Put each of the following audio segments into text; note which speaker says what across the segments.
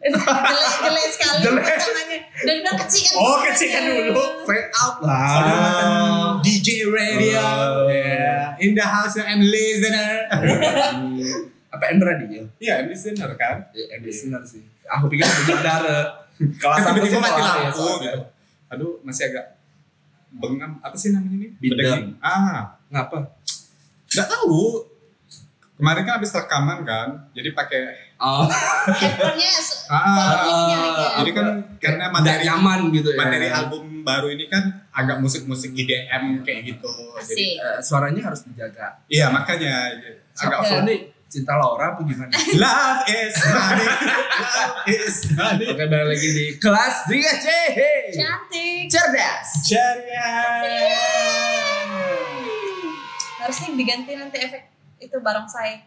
Speaker 1: jelek jelek sekali
Speaker 2: Jelek.
Speaker 1: tangannya dan udah kecil kan
Speaker 2: Oh kecilkan dulu Fade out lah Udah mantan
Speaker 3: Ah.
Speaker 2: DJ Radio
Speaker 3: Ah.
Speaker 2: yeah. In the house and listener Apa ya? N radio?
Speaker 3: Iya, listener kan.
Speaker 2: Ya, N listener sih Aku pikir saudara
Speaker 3: Kelas
Speaker 2: Kan
Speaker 3: sampai
Speaker 2: tiba-tiba
Speaker 3: mati
Speaker 2: kelar ya,
Speaker 3: lampu
Speaker 2: soalnya.
Speaker 3: gitu. Aduh, masih agak bengam. Apa sih namanya ini? Bedeging.
Speaker 2: Bindeng.
Speaker 3: Ah,
Speaker 2: Ngapa?
Speaker 3: nggak tahu. Kemarin kan habis rekaman kan, jadi pakai
Speaker 2: Oh,
Speaker 1: handphonenya se-
Speaker 3: ah,
Speaker 1: Iya, iya.
Speaker 3: jadi kan karena
Speaker 2: nggak
Speaker 3: materi
Speaker 2: nyaman gitu ya
Speaker 3: materi album baru ini kan agak musik-musik IDM kayak gitu. Jadi,
Speaker 1: asik
Speaker 2: Eh, Suaranya harus dijaga
Speaker 3: iya makanya agak
Speaker 2: Agak
Speaker 1: Oke.
Speaker 2: Sony Cinta Laura apa gimana?
Speaker 3: Love is money. Love is money.
Speaker 2: Oke balik lagi di kelas 3C
Speaker 1: cantik
Speaker 2: Cerdas
Speaker 3: Ceria.
Speaker 1: harusnya diganti nanti efek itu barongsai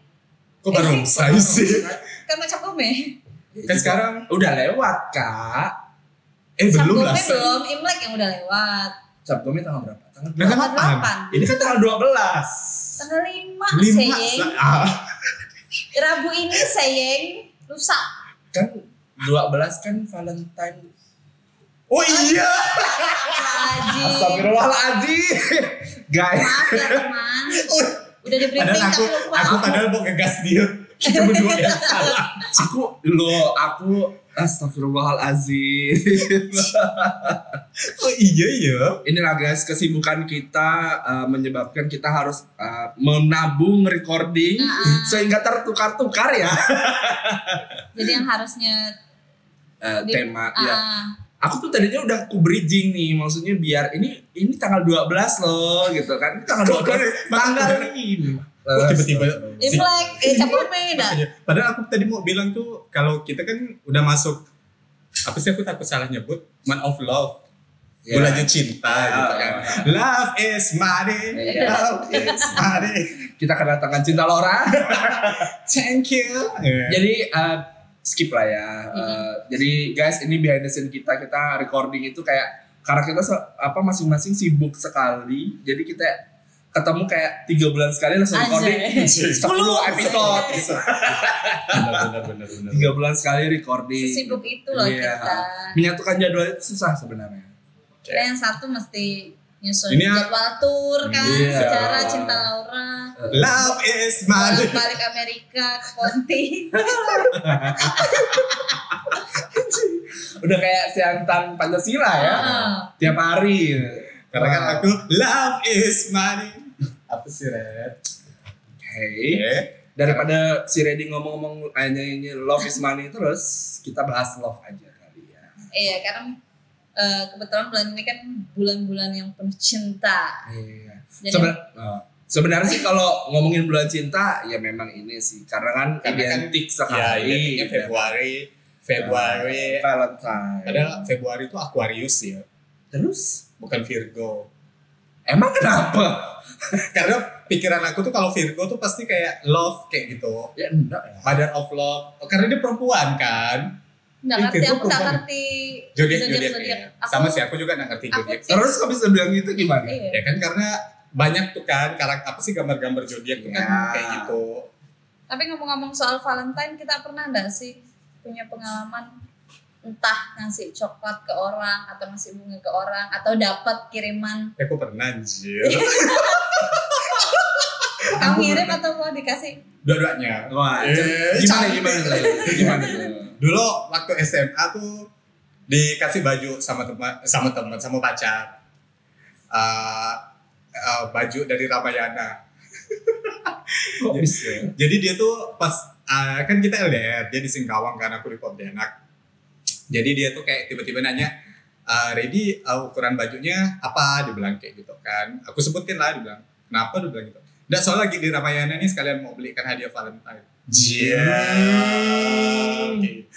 Speaker 3: Kok barongsai sih?
Speaker 1: kan macam gome
Speaker 3: Kan sekarang
Speaker 2: Iya, Udah lewat kak
Speaker 3: eh
Speaker 1: Cap gome
Speaker 3: belum lah.
Speaker 1: belum imlek yang udah lewat
Speaker 2: Sabtu ini tanggal berapa? Tanggal
Speaker 3: Nah, kan
Speaker 1: tanggal
Speaker 3: apaan?
Speaker 1: 8
Speaker 2: Ini kan tanggal 12
Speaker 1: tanggal 5
Speaker 3: Lima.
Speaker 1: sayeng
Speaker 3: sa- ah.
Speaker 1: rabu ini sayeng lusa
Speaker 2: Kan 12 kan Valentine
Speaker 3: Oh iya.
Speaker 1: Haji
Speaker 2: Astagfirullahaladzim Guys
Speaker 1: maaf ya teman
Speaker 3: Oh,
Speaker 1: udah di briefing
Speaker 3: Padahal
Speaker 1: tapi
Speaker 3: aku
Speaker 1: lupa
Speaker 3: aku padahal mau ngegas dia. Kita berdua ya.
Speaker 2: Aku Loh aku Astagfirullahaladzim
Speaker 3: Oh iya iya.
Speaker 2: Inilah guys kesibukan kita eh, Menyebabkan kita harus eh, Menabung recording
Speaker 1: Nah.
Speaker 2: Sehingga tertukar-tukar ya
Speaker 1: jadi yang harusnya
Speaker 2: Eh,
Speaker 1: Di-
Speaker 3: Iya.
Speaker 2: Tema
Speaker 1: ah,
Speaker 2: ya aku tuh tadinya udah ku bridging nih maksudnya biar ini ini tanggal 12 loh gitu kan ini tanggal 12 tanggal ini
Speaker 3: Kok tiba-tiba si-
Speaker 1: imlek eh cap gome dah
Speaker 3: Makanya, Padahal aku tadi mau bilang tuh kalau kita kan udah masuk apa sih aku takut salah nyebut man of love Iya.
Speaker 2: Ya.
Speaker 3: bulannya cinta gitu
Speaker 2: Ah.
Speaker 3: kan love is money
Speaker 2: Iya.
Speaker 3: love is money
Speaker 2: kita kedatangan cinta Laura
Speaker 3: thank you Iya.
Speaker 2: jadi eh, skip lah ya Eh,
Speaker 1: Mhm.
Speaker 2: jadi guys ini behind the scene kita kita recording itu kayak karena kita se- apa masing-masing sibuk sekali jadi kita ketemu kayak tiga bulan sekali langsung recording
Speaker 1: Anjay.
Speaker 2: 10 episode
Speaker 3: benar benar benar
Speaker 2: tiga bulan sekali recording
Speaker 1: sibuk itu loh
Speaker 2: Iya.
Speaker 1: kita
Speaker 2: menyatukan jadwal itu susah sebenarnya
Speaker 1: kita yang satu mesti nyusun
Speaker 3: Ini ya-
Speaker 1: jadwal tur kan
Speaker 2: Iya.
Speaker 1: secara cinta Laura
Speaker 3: love is money
Speaker 1: balik balik Amerika ke Ponti
Speaker 2: udah kayak siantan Pancasila ya
Speaker 1: Heeh.
Speaker 2: tiap hari
Speaker 3: karena kan
Speaker 2: Wow.
Speaker 3: aku love is money apa sih red Iya,
Speaker 2: Hey, daripada si Reddy ngomong-ngomong hanya ini love is money terus kita bahas love aja kali ya
Speaker 1: iya karena eh, kebetulan bulan ini kan bulan-bulan yang penuh cinta
Speaker 2: Iya.
Speaker 1: Jadi-
Speaker 2: Seben- eh, sebenarnya sih kalau ngomongin bulan cinta ya memang ini sih karena kan
Speaker 3: Karena kan- ya
Speaker 2: identik sekali
Speaker 3: ini
Speaker 2: gitu. Ah,
Speaker 3: Februari Februari
Speaker 2: Valentine
Speaker 3: padahal Februari itu Aquarius ya
Speaker 2: terus
Speaker 3: bukan Virgo
Speaker 2: emang kenapa
Speaker 3: karena pikiran aku tuh kalau Virgo tuh pasti kayak love kayak gitu
Speaker 2: ya enggak ya
Speaker 3: mother of love Oh, karena dia perempuan kan
Speaker 1: nggak
Speaker 3: Ih,
Speaker 1: ngerti
Speaker 3: Virgo
Speaker 1: aku nggak
Speaker 3: perempuan.
Speaker 1: ngerti
Speaker 3: zodiak
Speaker 1: zodiak
Speaker 3: zodiak
Speaker 1: zodiak
Speaker 3: iya. sama sih aku juga nggak ngerti
Speaker 1: aku
Speaker 3: zodiak
Speaker 2: terus kok bisa bilang gitu gimana
Speaker 1: iya.
Speaker 3: ya kan karena banyak tuh kan karakter apa sih gambar-gambar zodiak tuh kan
Speaker 2: Ya.
Speaker 3: kayak gitu
Speaker 1: tapi ngomong-ngomong soal Valentine kita pernah nggak sih punya pengalaman entah ngasih coklat ke orang atau ngasih bunga ke orang atau dapat kiriman
Speaker 3: ya aku pernah anjir
Speaker 1: kamu ngirim atau mau dikasih
Speaker 3: dua-duanya
Speaker 2: wah
Speaker 3: Eh,
Speaker 2: gimana
Speaker 3: cantik.
Speaker 2: gimana gimana, gimana?
Speaker 3: dulu waktu SMA tuh dikasih baju sama teman sama teman sama pacar Eh, eh, baju dari Ramayana
Speaker 2: kok bisa
Speaker 3: Jadi dia tuh pas uh, kan kita LDR, dia di Singkawang kan aku di Pontianak. Jadi dia tuh kayak tiba-tiba nanya, "Eh, "Ready uh, ukuran bajunya apa?" dibilang kayak gitu kan. Aku sebutin lah dibilang. Kenapa dia bilang gitu? Nggak soal lagi di Ramayana nih sekalian mau belikan hadiah Valentine. Jia. Oke.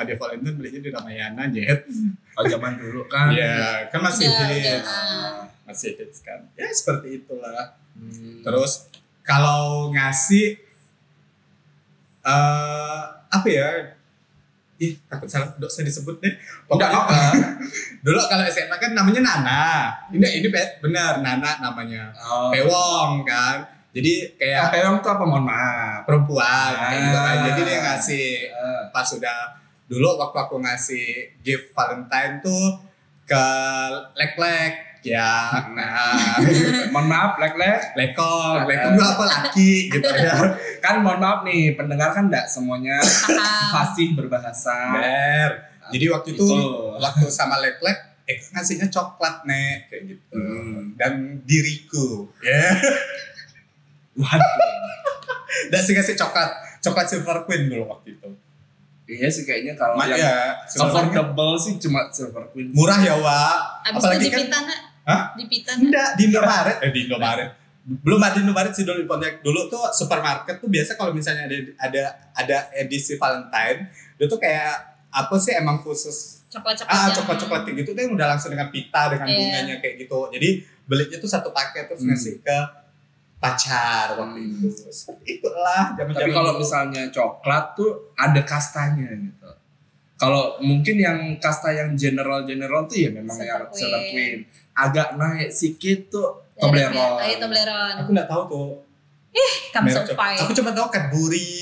Speaker 3: Hadiah Valentine belinya di Ramayana, Jet.
Speaker 2: Oh zaman dulu
Speaker 3: Ya,
Speaker 2: kan.
Speaker 3: kan masih
Speaker 1: Udah,
Speaker 3: hits.
Speaker 1: udah.
Speaker 3: Masih hits kan. Ya seperti itulah.
Speaker 2: Hmm.
Speaker 3: Terus kalau ngasih eh apa ya? Ih, takut salah dosa disebut deh.
Speaker 2: Enggak
Speaker 3: Pokoknya
Speaker 2: apa.
Speaker 3: dulu kalau SMA kan namanya Nana. Ini
Speaker 2: Hmm.
Speaker 3: ini pe- benar Nana namanya.
Speaker 2: Oh.
Speaker 3: Pewong kan. Jadi
Speaker 2: Ya,
Speaker 3: kayak
Speaker 2: pewang tuh apa mohon maaf.
Speaker 3: perempuan kayak gitu kan.
Speaker 2: Ah.
Speaker 3: Jadi dia ngasih pas sudah dulu waktu aku ngasih gift Valentine tuh ke lek-lek ya
Speaker 2: Hmm.
Speaker 3: nah
Speaker 2: mohon maaf lek lek
Speaker 3: lekong lekong itu apa laki gitu ya
Speaker 2: kan mohon maaf nih pendengar kan enggak semuanya
Speaker 1: paham
Speaker 2: fasih berbahasa
Speaker 3: Ber. Jadi waktu itu
Speaker 2: Itu.
Speaker 3: waktu sama lek-lek eh ngasihnya coklat nek kayak gitu.
Speaker 2: Hmm.
Speaker 3: Dan diriku. Ya.
Speaker 2: waduh
Speaker 3: Dan sih ngasih coklat coklat silver queen dulu waktu itu.
Speaker 2: iya sih kayaknya kalau
Speaker 3: Mak
Speaker 2: yang
Speaker 3: ya, silver-
Speaker 2: affordable sih cuma silver queen
Speaker 3: murah ya,
Speaker 1: abis
Speaker 3: Wak.
Speaker 1: itu
Speaker 3: Apalagi
Speaker 1: di
Speaker 3: kan
Speaker 1: pita nak
Speaker 3: Hah?
Speaker 1: di pita nak
Speaker 3: enggak di Indomaret. Eh di Indomaret. Belum ada Indomaret sih dulu di Pontianak. Dulu tuh supermarket tuh biasa kalau misalnya ada ada ada edisi Valentine, itu tuh kayak apa sih emang khusus
Speaker 1: coklat coklat
Speaker 3: ah coklat coklat kayak gitu tuh yang udah langsung dengan pita dengan
Speaker 1: Iya.
Speaker 3: bunganya kayak gitu jadi belinya tuh satu paket terus
Speaker 2: Hmm.
Speaker 3: ngasih ke pacar waktu
Speaker 2: Hmm.
Speaker 3: itu seperti itulah zaman
Speaker 2: tapi kalau misalnya coklat tuh ada kastanya gitu kalau mungkin yang kasta yang general general tuh ya memang
Speaker 1: Silver
Speaker 2: yang silver
Speaker 1: queen.
Speaker 2: queen agak naik sikit tuh Toblerone.
Speaker 1: Ayo Toblerone.
Speaker 3: aku nggak tahu tuh merek
Speaker 1: Kapsul pie.
Speaker 3: coklat. aku cuma tahu Cadbury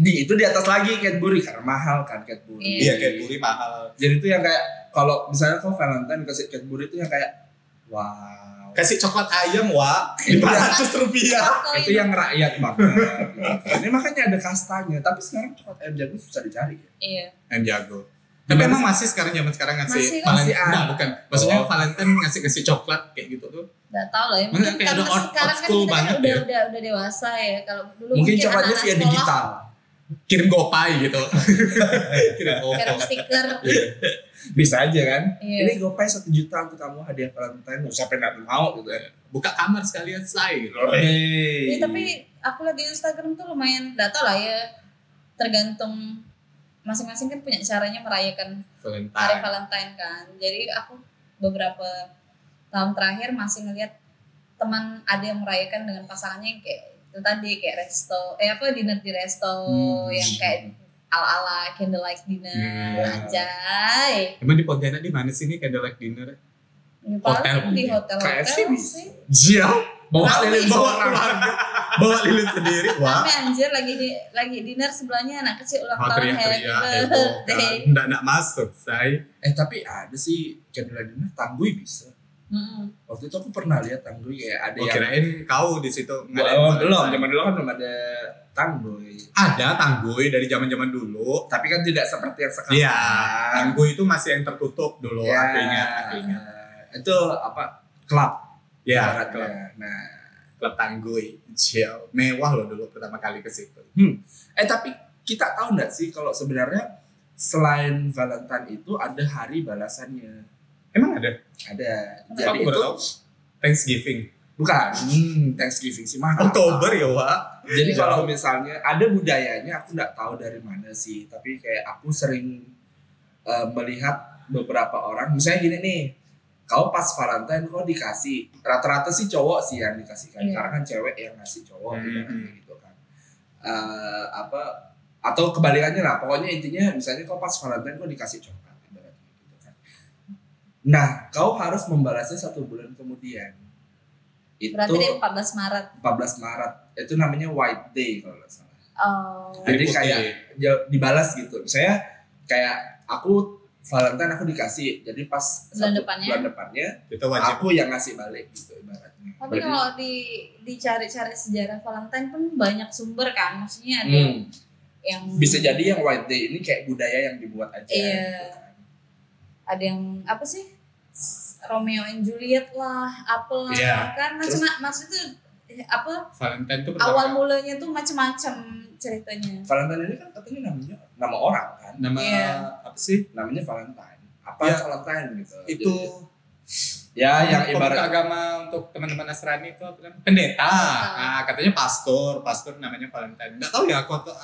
Speaker 2: di itu di atas lagi Cadbury karena mahal kan Cadbury
Speaker 1: Iya.
Speaker 3: iya Cadbury mahal
Speaker 2: jadi itu yang kayak kalau misalnya kau Valentine kasih Cadbury itu yang kayak wow
Speaker 3: kasih coklat ayam wa 500 rupiah
Speaker 1: Kau
Speaker 2: itu yang rakyat banget gitu. ini makanya ada kastanya tapi sekarang coklat ayam jagung susah dicari ya
Speaker 1: Iya.
Speaker 3: yang jago tapi emang masih sekarang zaman sekarang
Speaker 1: Masih kan?
Speaker 3: ngasih Valentine
Speaker 2: Masih ada.
Speaker 3: Nah, bukan maksudnya
Speaker 2: Oh.
Speaker 3: Valentine ngasih ngasih coklat kayak gitu tuh
Speaker 1: Nggak tahu lah ya.
Speaker 3: Mungkin
Speaker 1: Mungkin
Speaker 3: kayak
Speaker 1: karena
Speaker 3: udah old-
Speaker 1: sekarang kan
Speaker 3: old school
Speaker 1: kita kan
Speaker 3: banget
Speaker 1: udah,
Speaker 3: ya.
Speaker 1: udah udah dewasa ya. Kalau dulu
Speaker 2: mungkin coklatnya
Speaker 1: anak-anak
Speaker 2: via
Speaker 1: sekolah
Speaker 2: digital
Speaker 3: kirim gopay gitu kirim
Speaker 1: kirim
Speaker 3: gopay
Speaker 1: stiker.
Speaker 2: bisa aja kan
Speaker 1: Iya.
Speaker 2: ini gopay satu juta untuk kamu hadiah Valentine mau siapa yang nggak mau gitu ya
Speaker 3: buka kamar sekalian say gitu.
Speaker 1: Ya,
Speaker 2: hey.
Speaker 1: tapi aku lihat di Instagram tuh lumayan nggak tahu lah ya. Tergantung masing-masing kan punya caranya merayakan hari
Speaker 3: Valentine.
Speaker 1: Valentine kan. Jadi aku beberapa tahun terakhir masih ngelihat teman ada yang merayakan dengan pasangannya yang kayak itu tadi kayak resto eh apa dinner di resto
Speaker 2: Hmm.
Speaker 1: yang kayak ala-ala candlelight dinner
Speaker 3: Hmm.
Speaker 1: anjay.
Speaker 3: Emang di Pontianak di mana sih ini candlelight dinner?
Speaker 1: Di
Speaker 3: Hotel
Speaker 1: Paris, di
Speaker 3: mungkin.
Speaker 1: hotel hotel
Speaker 2: KFC bisa.
Speaker 1: sih.
Speaker 3: Jauh.
Speaker 2: bawa
Speaker 1: Tapi-
Speaker 2: lilin
Speaker 3: Bawa
Speaker 2: seorang
Speaker 3: keluarga, bawa lilin sendiri. Wah,
Speaker 1: Tapi anjir lagi di, lagi dinner sebelahnya anak kecil ulang
Speaker 3: mau
Speaker 1: tahun happy
Speaker 3: teriak-teriak heboh kan.
Speaker 1: birthday.
Speaker 3: Nggak nak masuk, say.
Speaker 2: eh tapi ada sih candlelight dinner tanggui bisa
Speaker 1: Mm-mm.
Speaker 2: waktu itu aku pernah lihat tanggui kayak ada
Speaker 3: Gue
Speaker 2: yang
Speaker 3: kirain kau di situ ngadain
Speaker 2: belum
Speaker 3: Valentine.
Speaker 2: Oh, belum zaman dulu kan belum ada tanggui
Speaker 3: Ada tangguy dari zaman-zaman dulu.
Speaker 2: tapi kan tidak seperti yang sekarang
Speaker 3: Iya, tangguy itu masih yang tertutup dulu.
Speaker 2: Ya.
Speaker 3: Aku ingat, Iya, aku ingat.
Speaker 2: itu apa klub
Speaker 3: Ya,
Speaker 2: ibaratnya.
Speaker 3: klub,
Speaker 2: nah
Speaker 3: klub tangguy. Jauh. Mewah loh dulu pertama kali ke situ.
Speaker 2: eh tapi kita tahu nggak sih kalau sebenarnya selain Valentine itu ada hari balasannya
Speaker 3: Emang ada?
Speaker 2: ada
Speaker 3: Aku
Speaker 2: jadi
Speaker 3: baru
Speaker 2: itu
Speaker 3: tahu. Thanksgiving.
Speaker 2: bukan hmm, Thanksgiving sih mahal
Speaker 3: Oktober ya, Wak.
Speaker 2: Jadi
Speaker 3: Iya.
Speaker 2: kalau misalnya ada budayanya aku nggak tahu dari mana sih, tapi kayak aku sering eh, melihat beberapa orang, misalnya gini nih, kau pas Valentine kau dikasih, rata-rata sih cowok sih yang dikasih kan,
Speaker 1: Iya. Hmm,
Speaker 2: karena kan cewek yang ngasih cowok gitu kan,
Speaker 3: Mm-mm.
Speaker 2: gitu kan. Eh, apa atau kebalikannya lah, pokoknya intinya misalnya kau pas Valentine kau dikasih coklat, ibaratnya gitu kan. Nah, kau harus membalasnya satu bulan kemudian. Itu
Speaker 1: Berarti dari 14 Maret.
Speaker 2: 14 Maret itu namanya White Day kalau nggak salah.
Speaker 1: Oh.
Speaker 2: Jadi
Speaker 3: Putih.
Speaker 2: kayak ya, dibalas gitu. Misalnya kayak aku Valentine aku dikasih, jadi pas
Speaker 1: Bulan
Speaker 2: satu
Speaker 1: depannya?
Speaker 2: bulan depannya
Speaker 3: Kita wajib
Speaker 2: aku yang ngasih balik gitu ibaratnya.
Speaker 1: Tapi
Speaker 2: Berarti-
Speaker 1: kalau di dicari-cari sejarah Valentine pun banyak sumber kan. Maksudnya ada
Speaker 2: Hmm,
Speaker 1: yang
Speaker 2: bisa jadi yang White Day ini kayak budaya yang dibuat aja.
Speaker 1: Iya.
Speaker 2: gitu kan.
Speaker 1: ada yang apa sih? S- Romeo and Juliet lah, apalah
Speaker 3: Iya.
Speaker 1: kan macam maksud itu eh, apa
Speaker 3: Valentine tuh pertama
Speaker 1: awal mulanya tuh macam-macam ceritanya.
Speaker 2: Valentine ini kan katanya namanya nama orang kan,
Speaker 3: nama
Speaker 1: Iya.
Speaker 3: apa sih
Speaker 2: namanya Valentine. Apa
Speaker 3: Ya.
Speaker 2: Valentine gitu?
Speaker 3: itu
Speaker 2: Jadi, ya yang
Speaker 3: ibarat
Speaker 2: ibarat
Speaker 3: agama untuk teman-teman Nasrani itu apa namanya? pendeta nah, katanya pastor pastor namanya Valentine nggak tahu ya aku aku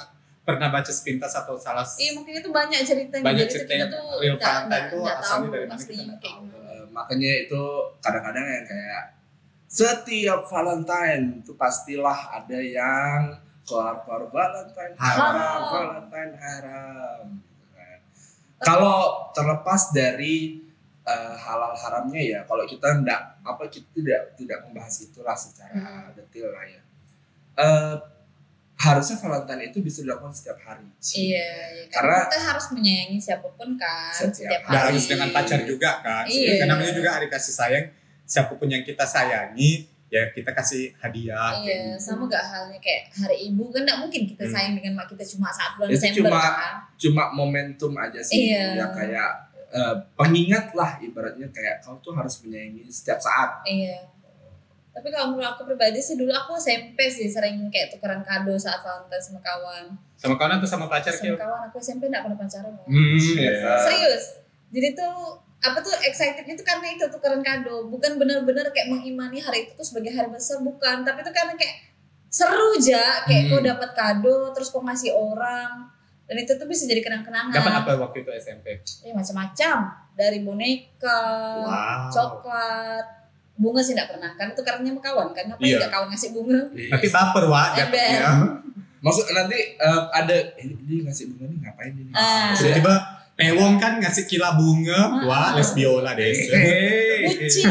Speaker 3: pernah baca sepintas atau salah
Speaker 1: Iya mungkin itu banyak ceritanya. Jadi
Speaker 3: Banyak cerita
Speaker 1: kita
Speaker 3: yang
Speaker 1: tuh
Speaker 3: real
Speaker 1: nggak-
Speaker 3: Valentine
Speaker 1: nggak-
Speaker 3: tuh
Speaker 1: nggak
Speaker 3: asalnya
Speaker 1: tahu
Speaker 3: dari mana kita
Speaker 1: pastinya
Speaker 3: nggak
Speaker 1: kayak
Speaker 3: tahu.
Speaker 1: gimana.
Speaker 2: Eh, makanya itu kadang-kadang yang kayak setiap Valentine itu pastilah ada yang keluar-keluar Valentine haram,
Speaker 1: Haram.
Speaker 2: Valentine haram. gitu kan. Kalau terlepas dari eh, halal haramnya ya, kalau kita ndak apa kita tidak tidak membahas itulah secara
Speaker 1: Hmm.
Speaker 2: detail lah ya. Eh, harusnya Valentine itu bisa dilakukan setiap hari.
Speaker 1: Iya, iya. Karena
Speaker 2: Karena-
Speaker 1: kita harus menyayangi siapapun kan
Speaker 2: Setiap
Speaker 1: setiap,
Speaker 3: Dan
Speaker 1: hari.
Speaker 3: harus dengan pacar juga kan.
Speaker 1: Iya.
Speaker 3: Karena namanya juga hari kasih sayang. Siapapun yang kita sayangi, ya kita kasih hadiah. kayak
Speaker 1: Iya,
Speaker 3: gitu.
Speaker 1: sama gak halnya kayak hari ibu kan gak mungkin kita
Speaker 3: Hmm.
Speaker 1: sayang dengan mak kita cuma saat bulan
Speaker 2: Itu
Speaker 1: Desember
Speaker 2: cuma-
Speaker 1: kan.
Speaker 2: Cuma momentum aja sih
Speaker 1: Iya.
Speaker 2: ya kayak eh, pengingat lah ibaratnya kayak kau tuh harus menyayangi setiap saat.
Speaker 1: Iya. Tapi kalau menurut aku pribadi sih dulu aku SMP sih sering kayak tukeran kado saat Valentine sama kawan.
Speaker 3: Sama kawan atau sama pacar?
Speaker 1: Sama
Speaker 3: Kil?
Speaker 1: kawan aku SMP gak pernah pacaran. loh.
Speaker 3: Hmm,
Speaker 2: Biasa.
Speaker 3: ya.
Speaker 1: Serius. Jadi tuh apa tuh excitednya tuh karena itu tukeran kado, bukan benar-benar kayak mengimani hari itu tuh sebagai hari besar bukan, tapi itu karena kayak seru aja kayak
Speaker 3: Hmm.
Speaker 1: kau dapat kado terus kau ngasih orang dan itu tuh bisa jadi kenang-kenangan.
Speaker 3: Dapat apa waktu itu SMP?
Speaker 1: Ya macam-macam dari boneka,
Speaker 3: Wow.
Speaker 1: coklat, bunga sih nggak pernah kan itu karenanya sama kawan kan ngapain
Speaker 3: Iya.
Speaker 1: nggak kawan ngasih bunga
Speaker 3: Nanti baper
Speaker 1: Ember.
Speaker 3: wah jatuhnya.
Speaker 2: Iya. Maksud nanti eh, ada ini, ini ngasih bunga nih ngapain ini?
Speaker 1: Ah.
Speaker 3: Tiba-tiba Mewong kan ngasih kila bunga, wah lesbiola deh.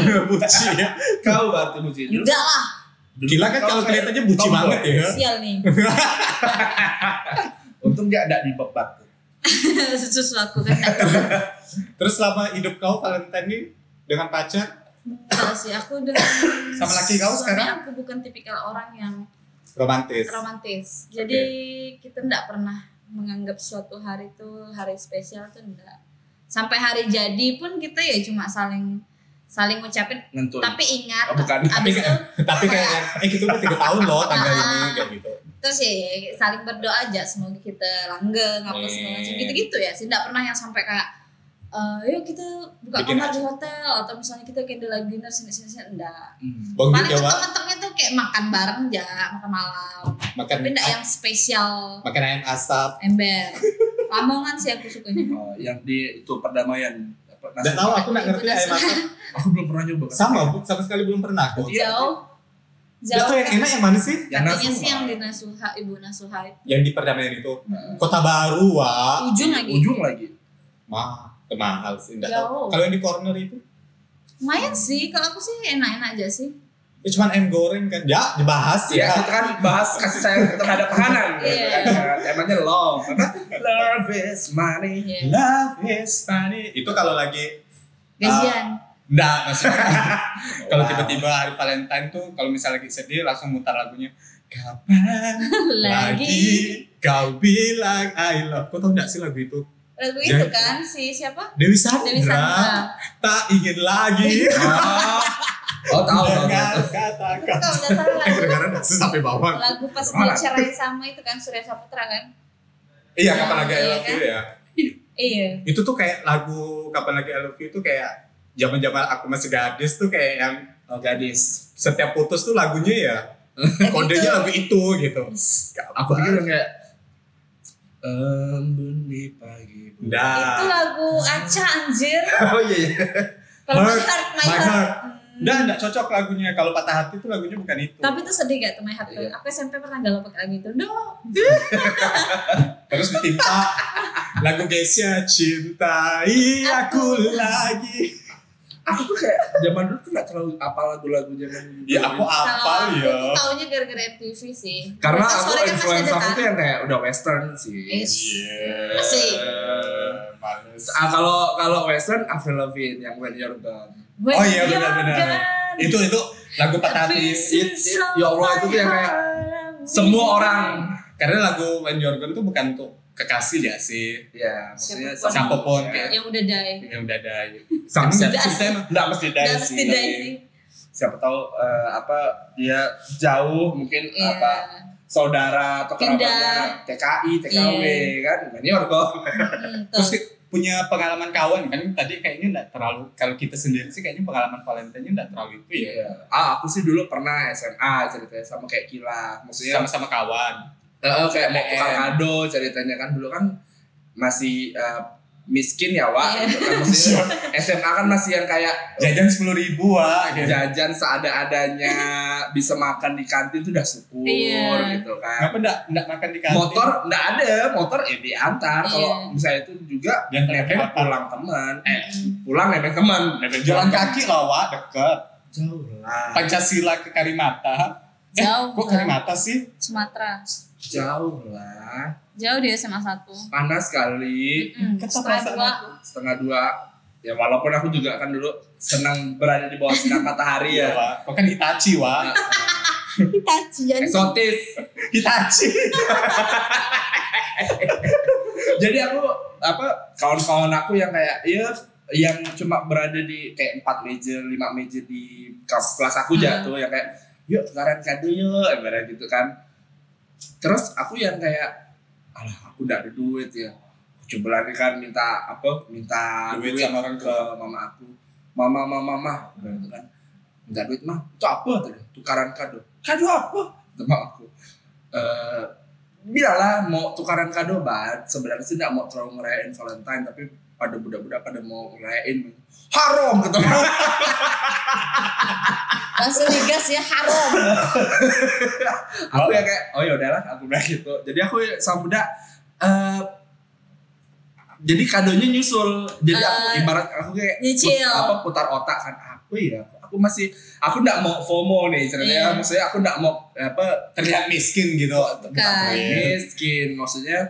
Speaker 1: Buci.
Speaker 3: buci ya.
Speaker 2: Kau batu musim dulu.
Speaker 1: enggak lah
Speaker 3: Gila kan
Speaker 2: Kau
Speaker 3: kalau
Speaker 2: kayak
Speaker 3: kelihatannya buci
Speaker 2: tomboy.
Speaker 3: banget ya.
Speaker 1: sial nih
Speaker 2: Untung dia ada di bebat.
Speaker 1: susu aku kan nggak
Speaker 3: Terus selama hidup kau Valentine nih dengan pacar
Speaker 1: tahu sih aku udah
Speaker 3: Sama laki kau
Speaker 1: Suami
Speaker 3: sekarang?
Speaker 1: aku bukan tipikal orang yang
Speaker 3: romantis.
Speaker 1: romantis jadi kita nggak pernah menganggap suatu hari tuh hari spesial tuh enggak sampai hari jadi pun kita ya cuma saling saling ngucapin
Speaker 2: Ngentul.
Speaker 1: tapi ingat
Speaker 2: Oh, bukan.
Speaker 1: abis itu
Speaker 3: Tapi kayak yang, eh gitu udah tiga tahun loh tanggal ini kayak gitu.
Speaker 1: terus ya saling berdoa aja semoga kita langgeng apa
Speaker 3: Hmm.
Speaker 1: segala macam gitu-gitu ya sih nggak pernah yang sampai kayak eh yuk kita buka
Speaker 3: Bikin
Speaker 1: kamar di
Speaker 3: acara.
Speaker 1: hotel atau misalnya kita candlelight dinner sini sini sini enggak
Speaker 2: Hmm.
Speaker 3: Bang
Speaker 1: paling
Speaker 3: Jawa
Speaker 1: temen-temennya tuh kayak makan bareng aja makan malam
Speaker 3: makan
Speaker 1: tapi enggak yang spesial
Speaker 3: makan ayam asap.
Speaker 1: ember lamongan sih aku sukanya
Speaker 2: Oh, yang di itu perdamaian. Apa,
Speaker 3: Gak
Speaker 2: nasi
Speaker 3: tahu
Speaker 2: goreng.
Speaker 3: aku nggak ngerti ayam asap.
Speaker 2: Aku belum pernah nyoba.
Speaker 3: Sama bu, sama sekali belum pernah aku.
Speaker 2: Iya.
Speaker 1: jauh
Speaker 3: Gak
Speaker 1: jauh kan
Speaker 3: tahu yang enak yang mana sih?
Speaker 2: Yang
Speaker 1: katanya
Speaker 2: nasi
Speaker 1: sih yang
Speaker 2: goreng.
Speaker 1: di nasuha ibu nasuha itu
Speaker 3: Yang di perdamaian itu Kota Baru wah.
Speaker 1: ujung lagi
Speaker 2: Ujung lagi.
Speaker 3: Mah, mahal sih. Nggak
Speaker 1: Jauh.
Speaker 3: tahu. Kalau yang di corner itu
Speaker 1: lumayan sih kalau aku sih enak-enak aja sih
Speaker 3: Ya cuman ayam goreng kan. Ya, dibahas
Speaker 2: Ya,
Speaker 3: ya.
Speaker 2: kita kan bahas kasih sayang terhadap makanan.
Speaker 1: Iya.
Speaker 2: gitu kan. Temanya love. Apa? Love is money.
Speaker 1: Iya.
Speaker 3: Love is money. Itu kalau lagi
Speaker 1: gajian
Speaker 3: enggak maksudnya. kan. kalau
Speaker 2: Wow.
Speaker 3: tiba-tiba hari Valentine tuh kalau misalnya lagi sedih langsung mutar lagunya kapan
Speaker 1: lagi
Speaker 3: lagi kau bilang I love. Kau tau enggak sih lagu itu?
Speaker 1: lagu
Speaker 2: Iya.
Speaker 1: itu
Speaker 3: Jadi-
Speaker 1: kan si siapa
Speaker 3: Dewi Sandra.
Speaker 1: Dewi Sandra
Speaker 3: Tak ingin lagi. Ah,
Speaker 2: Oh, oh tahu tahu.
Speaker 3: Dengar
Speaker 2: tahu.
Speaker 1: Itu
Speaker 3: kata-kata.
Speaker 1: kalau nggak salah
Speaker 3: Eh,
Speaker 1: lagu,
Speaker 3: gara-gara nafsu sampai bawah.
Speaker 1: lagu pas
Speaker 2: Malah.
Speaker 1: dicerai sama itu kan Surya Saputra kan
Speaker 3: Iya, kapan lagi I
Speaker 1: Iya
Speaker 3: love you ya.
Speaker 1: iya
Speaker 3: itu tuh kayak lagu kapan lagi I love you tuh kayak zaman zaman aku masih gadis tuh kayak yang
Speaker 2: Oh gadis.
Speaker 3: setiap putus tuh lagunya ya
Speaker 2: Eh,
Speaker 3: kodenya lagu itu gitu
Speaker 1: Is,
Speaker 2: Aku pikir kayak Embun pagi
Speaker 1: itu
Speaker 2: bu-
Speaker 3: Nggak
Speaker 1: lagu Aca anjir
Speaker 2: Oh iya iya
Speaker 1: kalau my
Speaker 3: Heart,
Speaker 1: heart my
Speaker 3: My
Speaker 1: heart,
Speaker 3: Heart.
Speaker 1: Hmm.
Speaker 3: Nggak, nggak cocok lagunya kalau patah hati tuh lagunya bukan itu
Speaker 1: tapi itu sedih gak tuh my heart
Speaker 2: Iya.
Speaker 1: aku SMP pernah gitu. galau pakai lagu itu no
Speaker 3: terus ditimpa lagu Gesia cintai aku lagi
Speaker 2: Aku tuh kayak zaman dulu tuh gak terlalu apal lagu-lagu zaman dulu
Speaker 3: ya aku apal
Speaker 1: kalau aku
Speaker 3: ya
Speaker 1: tuh taunya gara-gara MTV sih
Speaker 2: Karena
Speaker 1: Kan
Speaker 2: aku
Speaker 1: sore kan masih
Speaker 2: influence
Speaker 1: ada
Speaker 2: aku
Speaker 1: kan?
Speaker 2: tuh yang kayak udah western sih
Speaker 1: Is.
Speaker 3: Iya.
Speaker 1: Asik.
Speaker 3: Males.
Speaker 2: Ah, Kalau kalau western Avril Lavigne yang When You're Gone
Speaker 1: When
Speaker 3: Oh iya,
Speaker 1: you're
Speaker 3: benar-benar.
Speaker 1: gone,
Speaker 3: itu itu lagu patah hati
Speaker 1: pieces
Speaker 2: it- it-
Speaker 1: of
Speaker 2: ya Allah, itu tuh yang
Speaker 1: my
Speaker 2: kayak
Speaker 1: heart.
Speaker 2: Semua orang
Speaker 3: karena lagu When You're Gone tuh bukan untuk kekasih ya sih
Speaker 2: Ya maksudnya
Speaker 1: Siapapun.
Speaker 3: Siapapun, iya.
Speaker 2: ya.
Speaker 3: kayak-
Speaker 1: yang udah die
Speaker 3: yang udah ada
Speaker 2: Sama
Speaker 3: Emang
Speaker 2: siapa
Speaker 1: Nggak
Speaker 2: sih?
Speaker 1: sih.
Speaker 2: Nggak mesti
Speaker 1: Udah
Speaker 2: dance
Speaker 1: pasti
Speaker 2: sih
Speaker 1: die
Speaker 2: tapi
Speaker 1: sih
Speaker 2: Siapa tahu eh, apa dia jauh mungkin
Speaker 1: Iya.
Speaker 2: apa saudara atau
Speaker 1: Pindah. Iya.
Speaker 2: kerabatnya TKI, TKW kan When You're Gone
Speaker 1: Hmm, tuh.
Speaker 3: terus ki- punya pengalaman kawan kan tadi kayaknya nggak terlalu kalau kita sendiri sih kayaknya pengalaman Valentine-nya nggak terlalu itu ya
Speaker 2: Iya. Ah, aku sih dulu pernah SMA ceritanya sama kayak Kila. Maksudnya
Speaker 3: sama-sama kawan
Speaker 2: eh, eh, kayak
Speaker 1: Iya,
Speaker 2: mau tukar
Speaker 3: Eh.
Speaker 2: kado ceritanya kan dulu kan masih eh, miskin ya,
Speaker 1: Iya.
Speaker 2: Wak. gitu kan. Maksudnya SMA kan masih yang kayak
Speaker 3: jajan sepuluh ribu wah
Speaker 1: Iya.
Speaker 3: gitu.
Speaker 2: jajan seada-adanya, bisa makan di kantin tuh udah syukur
Speaker 1: Iya.
Speaker 2: gitu kan.
Speaker 3: kenapa nggak nggak makan di kantin
Speaker 2: Motor nggak ada, motor ya diantar. Kalau
Speaker 1: Iya.
Speaker 2: misalnya itu juga
Speaker 3: yang
Speaker 2: nebeng
Speaker 3: terakhir apa?
Speaker 2: pulang teman, eh
Speaker 1: Hmm.
Speaker 2: pulang nebeng teman, nebeng
Speaker 3: jalan
Speaker 2: teman.
Speaker 3: kaki lah wah deket
Speaker 2: jauh lah.
Speaker 3: Pancasila ke Karimata Eh,
Speaker 1: Jauh
Speaker 3: kok
Speaker 1: lah.
Speaker 3: Karimata sih
Speaker 1: Sumatera
Speaker 2: Jauh lah.
Speaker 1: Jauh di SMA 1.
Speaker 2: Panas sekali.
Speaker 1: Mm,
Speaker 3: Kata
Speaker 1: setelah
Speaker 3: perasaan
Speaker 1: dua,
Speaker 2: Setengah dua. Ya walaupun aku juga kan dulu senang berada di bawah sinar matahari
Speaker 3: Iya,
Speaker 2: ya.
Speaker 3: Wak. Kau kan Hitachi, Wak.
Speaker 1: Hitachian.
Speaker 2: Eksotis.
Speaker 3: Hitachi.
Speaker 2: Jadi aku apa kawan-kawan aku yang kayak ya yang cuma berada di kayak empat meja, lima meja di kelas kelas aku jatuh yang kayak yuk tukaran kado yuk ibarat gitu kan. Terus aku yang kayak alah aku udah ada duit ya. Coba lagi kan minta apa? Minta
Speaker 3: Duit
Speaker 2: duit,
Speaker 3: sama orang
Speaker 2: ke mama aku. Mama mama mama ibarat gitu kan. Minta duit mah. Itu apa tadi? Tukaran kado. Kado apa? Sama aku. Eh biarlah mau tukaran kado banget sebenarnya sih nggak mau terlalu ngerayain Valentine tapi pada budak-budak pada mau ngerayain haram ketemu
Speaker 1: Langsung digas ya haram.
Speaker 2: aku ya kayak oh ya udahlah aku bilang gitu jadi aku sama budak eh, jadi kadonya nyusul jadi aku
Speaker 1: Eh,
Speaker 2: ibarat aku kayak
Speaker 1: nyicil.
Speaker 2: put- apa putar otak kan aku ya aku masih aku nggak mau FOMO nih
Speaker 1: Iya.
Speaker 2: ceritanya maksudnya aku nggak mau apa
Speaker 3: Terlihat miskin gitu.
Speaker 1: Bukan.
Speaker 3: Iya.
Speaker 2: miskin maksudnya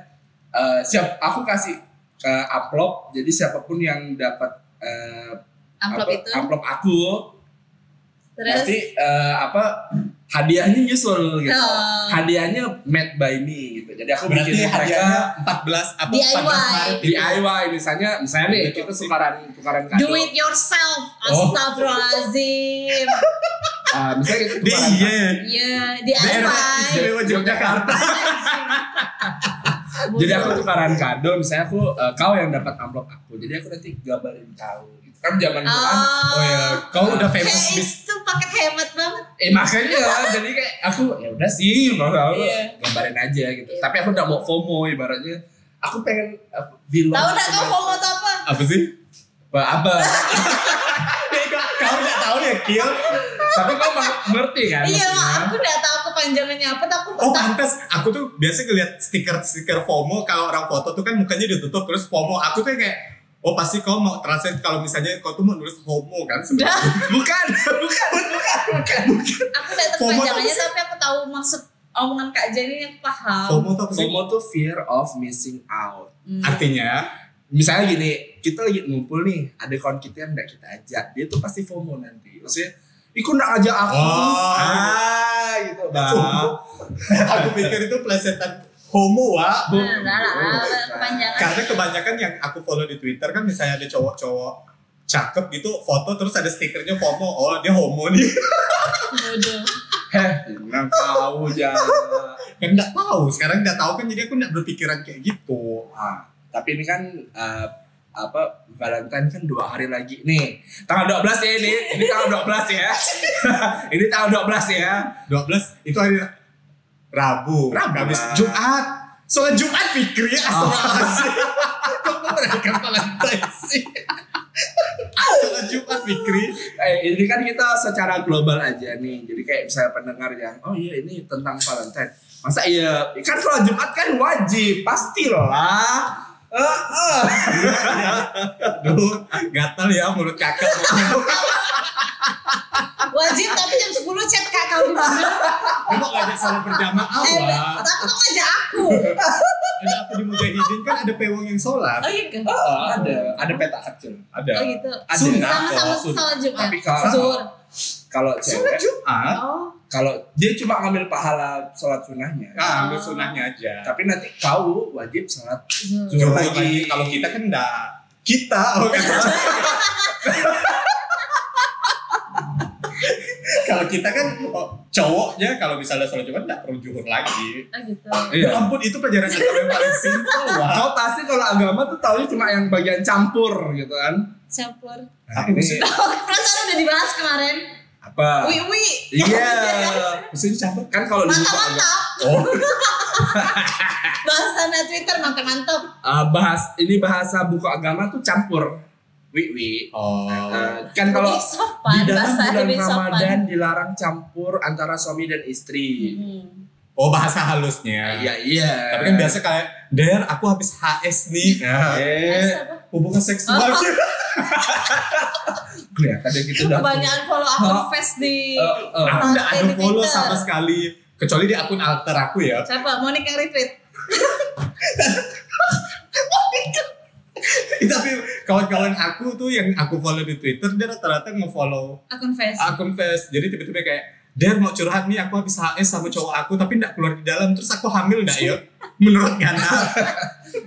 Speaker 2: eh, siap aku kasih eh, amplop jadi siapapun yang dapat eh,
Speaker 1: Amplop
Speaker 2: apa-
Speaker 1: itu.
Speaker 2: amplop aku
Speaker 1: Terus
Speaker 2: nanti eh, apa hadiahnya nyusul gitu
Speaker 1: Oh.
Speaker 2: hadiahnya made by me gitu jadi aku
Speaker 3: Berarti
Speaker 2: bikin
Speaker 3: hadiahnya 14
Speaker 2: mereka
Speaker 3: apa
Speaker 1: DIY.
Speaker 3: 14 Maret gitu.
Speaker 2: DIY misalnya misalnya nih
Speaker 3: Betul.
Speaker 2: kita tukaran tukaran kado
Speaker 1: do it yourself.
Speaker 3: Oh.
Speaker 1: Astagfirullahaladzim.
Speaker 2: Eh, misalnya kita
Speaker 3: Di
Speaker 2: tukaran
Speaker 3: iya.
Speaker 1: Iya,
Speaker 3: Daerah
Speaker 1: DIY.
Speaker 3: Istimewa Yogyakarta.
Speaker 2: jadi aku tukaran kado misalnya aku eh, kau yang dapat amplop aku jadi aku nanti gambarin kau gitu. kan zaman dulu kan
Speaker 3: Oh ya, kau udah famous
Speaker 1: Kayak
Speaker 3: bis.
Speaker 1: itu paket hemat banget.
Speaker 2: Eh makanya jadi kayak aku ya udah sih mau mau
Speaker 1: Iya.
Speaker 2: gambarin aja gitu.
Speaker 1: Iya.
Speaker 2: Tapi aku udah mau FOMO ibaratnya. Aku pengen uh, bilang.
Speaker 1: Tahu nggak kau FOMO tuh apa?
Speaker 3: Apa sih?
Speaker 2: Apa? apa?
Speaker 3: Bego. Kau nggak tahu ya, Kiel.
Speaker 2: Tapi kau meng- ngerti kan?
Speaker 1: Iya,
Speaker 2: maksudnya?
Speaker 1: aku nggak tahu kepanjangannya apa, tapi aku
Speaker 3: Oh
Speaker 1: tak-
Speaker 3: pantas, aku tuh biasa ngeliat stiker-stiker FOMO kalau orang foto tuh kan mukanya ditutup terus FOMO. Aku tuh kayak Oh pasti kau mau translate kalau misalnya kau tuh mau nulis homo kan sebenarnya. bukan, bukan, bukan, bukan, bukan.
Speaker 1: aku nggak tahu
Speaker 3: FOMO tuh apa
Speaker 1: kepanjangannya,
Speaker 3: sih?
Speaker 1: tapi aku tahu maksud omongan Kak Jenny yang paham.
Speaker 3: FOMO tuh apa sih?
Speaker 2: FOMO tuh fear of missing out.
Speaker 1: Hmm.
Speaker 3: Artinya,
Speaker 1: Iya.
Speaker 2: Misalnya gini, kita lagi ngumpul nih, ada kawan kita yang nggak kita ajak, dia tuh pasti FOMO nanti. Maksudnya, ikut nggak ajak aku.
Speaker 3: Oh.
Speaker 2: Ah, gitu. Bah.
Speaker 3: FOMO. aku pikir itu plesetan homo wa.
Speaker 1: Nah, nah, nah, kepanjangan.
Speaker 3: Karena kebanyakan yang aku follow di Twitter kan misalnya ada cowok-cowok cakep gitu foto terus ada stikernya FOMO oh dia homo nih
Speaker 1: Bodoh.
Speaker 2: Heh, bilang kau jangan.
Speaker 3: kan nggak tahu sekarang nggak tahu kan jadi aku nggak berpikiran kayak gitu
Speaker 2: Ah, tapi ini kan eh, apa Valentine kan dua hari lagi nih tanggal 12 ya ini ini tanggal 12 ya ini tanggal 12 ya
Speaker 3: 12 itu hari Rabu
Speaker 2: Rabu
Speaker 3: habis
Speaker 2: lah.
Speaker 3: Jumat soal Jumat Fikri astagfirullahaladzim kamu merayakan Valentine sih soal Jumat Fikri
Speaker 2: eh, ini kan kita secara global aja nih jadi kayak misalnya pendengar yang oh iya ini tentang Valentine masa iya kan kalau Jumat kan wajib pastilah Eh, eh.
Speaker 3: aduh gatal ya mulut kakak
Speaker 1: Wajib tapi jam 10 chat Kak kau di mana?
Speaker 3: kamu ngajak salam berjamaah
Speaker 1: Eh,
Speaker 3: Wak.
Speaker 1: tapi kok ngajak aku?
Speaker 3: ada aku di Mujahidin kan ada pewang yang sholat
Speaker 1: Oh iya.
Speaker 2: Eh, eh, ada ada peta kecil
Speaker 3: ada
Speaker 1: Oh gitu.
Speaker 2: Ya. Ada.
Speaker 1: Sama-sama
Speaker 3: kok, sunnah.
Speaker 1: sholat Jumat.
Speaker 2: tapi kalau
Speaker 1: Zuhur.
Speaker 2: kalau
Speaker 3: Sholat
Speaker 2: cewek
Speaker 3: Jumat
Speaker 1: Oh.
Speaker 2: kalau dia cuma ngambil pahala sholat sunahnya
Speaker 3: ah ambil sunahnya aja
Speaker 2: tapi nanti kau wajib sholat
Speaker 1: Zuhur.
Speaker 2: Zuhur
Speaker 3: Zuhur
Speaker 2: lagi.
Speaker 3: lagi kalau kita kan enggak kita oh kan kalau kita kan oh, cowoknya kalau misalnya sholat Jumat enggak perlu juhur lagi
Speaker 1: Oh gitu.
Speaker 3: Ya ampun itu pelajaran agama yang paling
Speaker 2: Oh,
Speaker 3: simpel wah
Speaker 2: Kau pasti kalau agama tuh taunya cuma yang bagian campur gitu kan.
Speaker 1: Campur.
Speaker 2: Nah,
Speaker 3: Aku
Speaker 2: ini
Speaker 3: mesti-
Speaker 1: Oh, perasaan udah dibahas kemarin.
Speaker 2: apa?
Speaker 1: Wi wi.
Speaker 2: Iya.
Speaker 3: maksudnya campur
Speaker 2: kan kalau di
Speaker 1: Mata
Speaker 2: buku agama
Speaker 1: mantap.
Speaker 3: oh
Speaker 1: Bahasannya Twitter mata mantap.
Speaker 2: Ah, bahas ini bahasa buku agama tuh campur. Wi wi.
Speaker 3: oh
Speaker 2: Eh, kan kalau
Speaker 1: Lebih
Speaker 2: di
Speaker 1: sopan
Speaker 2: dalam
Speaker 1: bahasa
Speaker 2: bulan
Speaker 1: lebih sopan.
Speaker 2: Ramadan dilarang campur antara suami dan istri.
Speaker 1: Hmm.
Speaker 3: oh bahasa halusnya
Speaker 2: Iya iya.
Speaker 3: tapi kan biasa kayak der aku habis HS nih Nah,
Speaker 1: Harus
Speaker 2: Eh,
Speaker 1: apa?
Speaker 3: hubungan seksual
Speaker 1: Oh.
Speaker 2: kelihatan dia gitu dah. tuh.
Speaker 1: Kebanyakan follow akun
Speaker 2: Oh.
Speaker 1: face di
Speaker 2: Eh, eh.
Speaker 3: Aku nggak
Speaker 1: Konten
Speaker 3: ada
Speaker 1: di
Speaker 3: follow
Speaker 1: Twitter.
Speaker 3: sama sekali. kecuali di akun alter aku ya
Speaker 1: Siapa? Monik yang retweet.
Speaker 3: tapi kawan-kawan aku tuh yang aku follow di Twitter dia rata-rata nge-follow
Speaker 1: Akun face.
Speaker 3: akun Face jadi tiba-tiba kayak Der mau curhat nih aku habis HS sama cowok aku tapi nggak keluar di dalam terus aku hamil nggak ya menurut Gana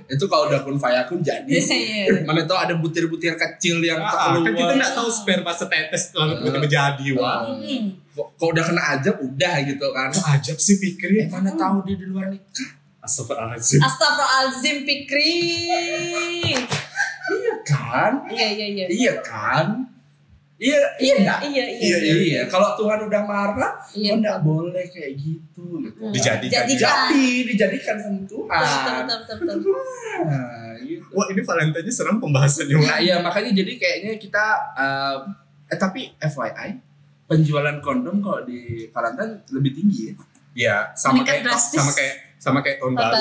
Speaker 2: itu kalau udah kun fayakun jadi sih.
Speaker 1: Iya.
Speaker 2: mana tau ada butir-butir kecil yang
Speaker 3: Ah, kan kita
Speaker 2: keluar
Speaker 3: nggak tahu sperma setetes lalu tiba-tiba jadi wah
Speaker 1: Hmm.
Speaker 2: kalau udah kena ajab udah gitu kan
Speaker 3: Kok ajab sih
Speaker 2: eh,
Speaker 3: pikirnya
Speaker 2: mana tahu dia di luar nikah
Speaker 3: Astagfirullahaladzim
Speaker 1: Astagfirullahaladzim Pikri.
Speaker 2: iya kan
Speaker 1: Iya iya iya.
Speaker 2: iya kan iya iya enggak
Speaker 1: Iya iya.
Speaker 2: Iya, iya, iya. Kalau Tuhan udah marah,
Speaker 1: Iya.
Speaker 2: kok enggak boleh kayak gitu. gitu.
Speaker 1: Hmm.
Speaker 3: Iya. Dijadikan. Ah.
Speaker 1: Jadikan.
Speaker 2: Jadi, dijadikan sama Tuhan.
Speaker 1: Betul betul betul betul.
Speaker 2: Nah, gitu.
Speaker 3: wah ini Valentine serem pembahasannya wah.
Speaker 2: Nah, iya makanya jadi kayaknya kita eh, eh tapi FYI penjualan kondom kalau di Valentine lebih tinggi ya.
Speaker 3: Iya, sama
Speaker 1: Meningkat
Speaker 3: kayak
Speaker 1: drastis.
Speaker 3: sama kayak sama kayak tahun
Speaker 1: Tahun
Speaker 3: baru.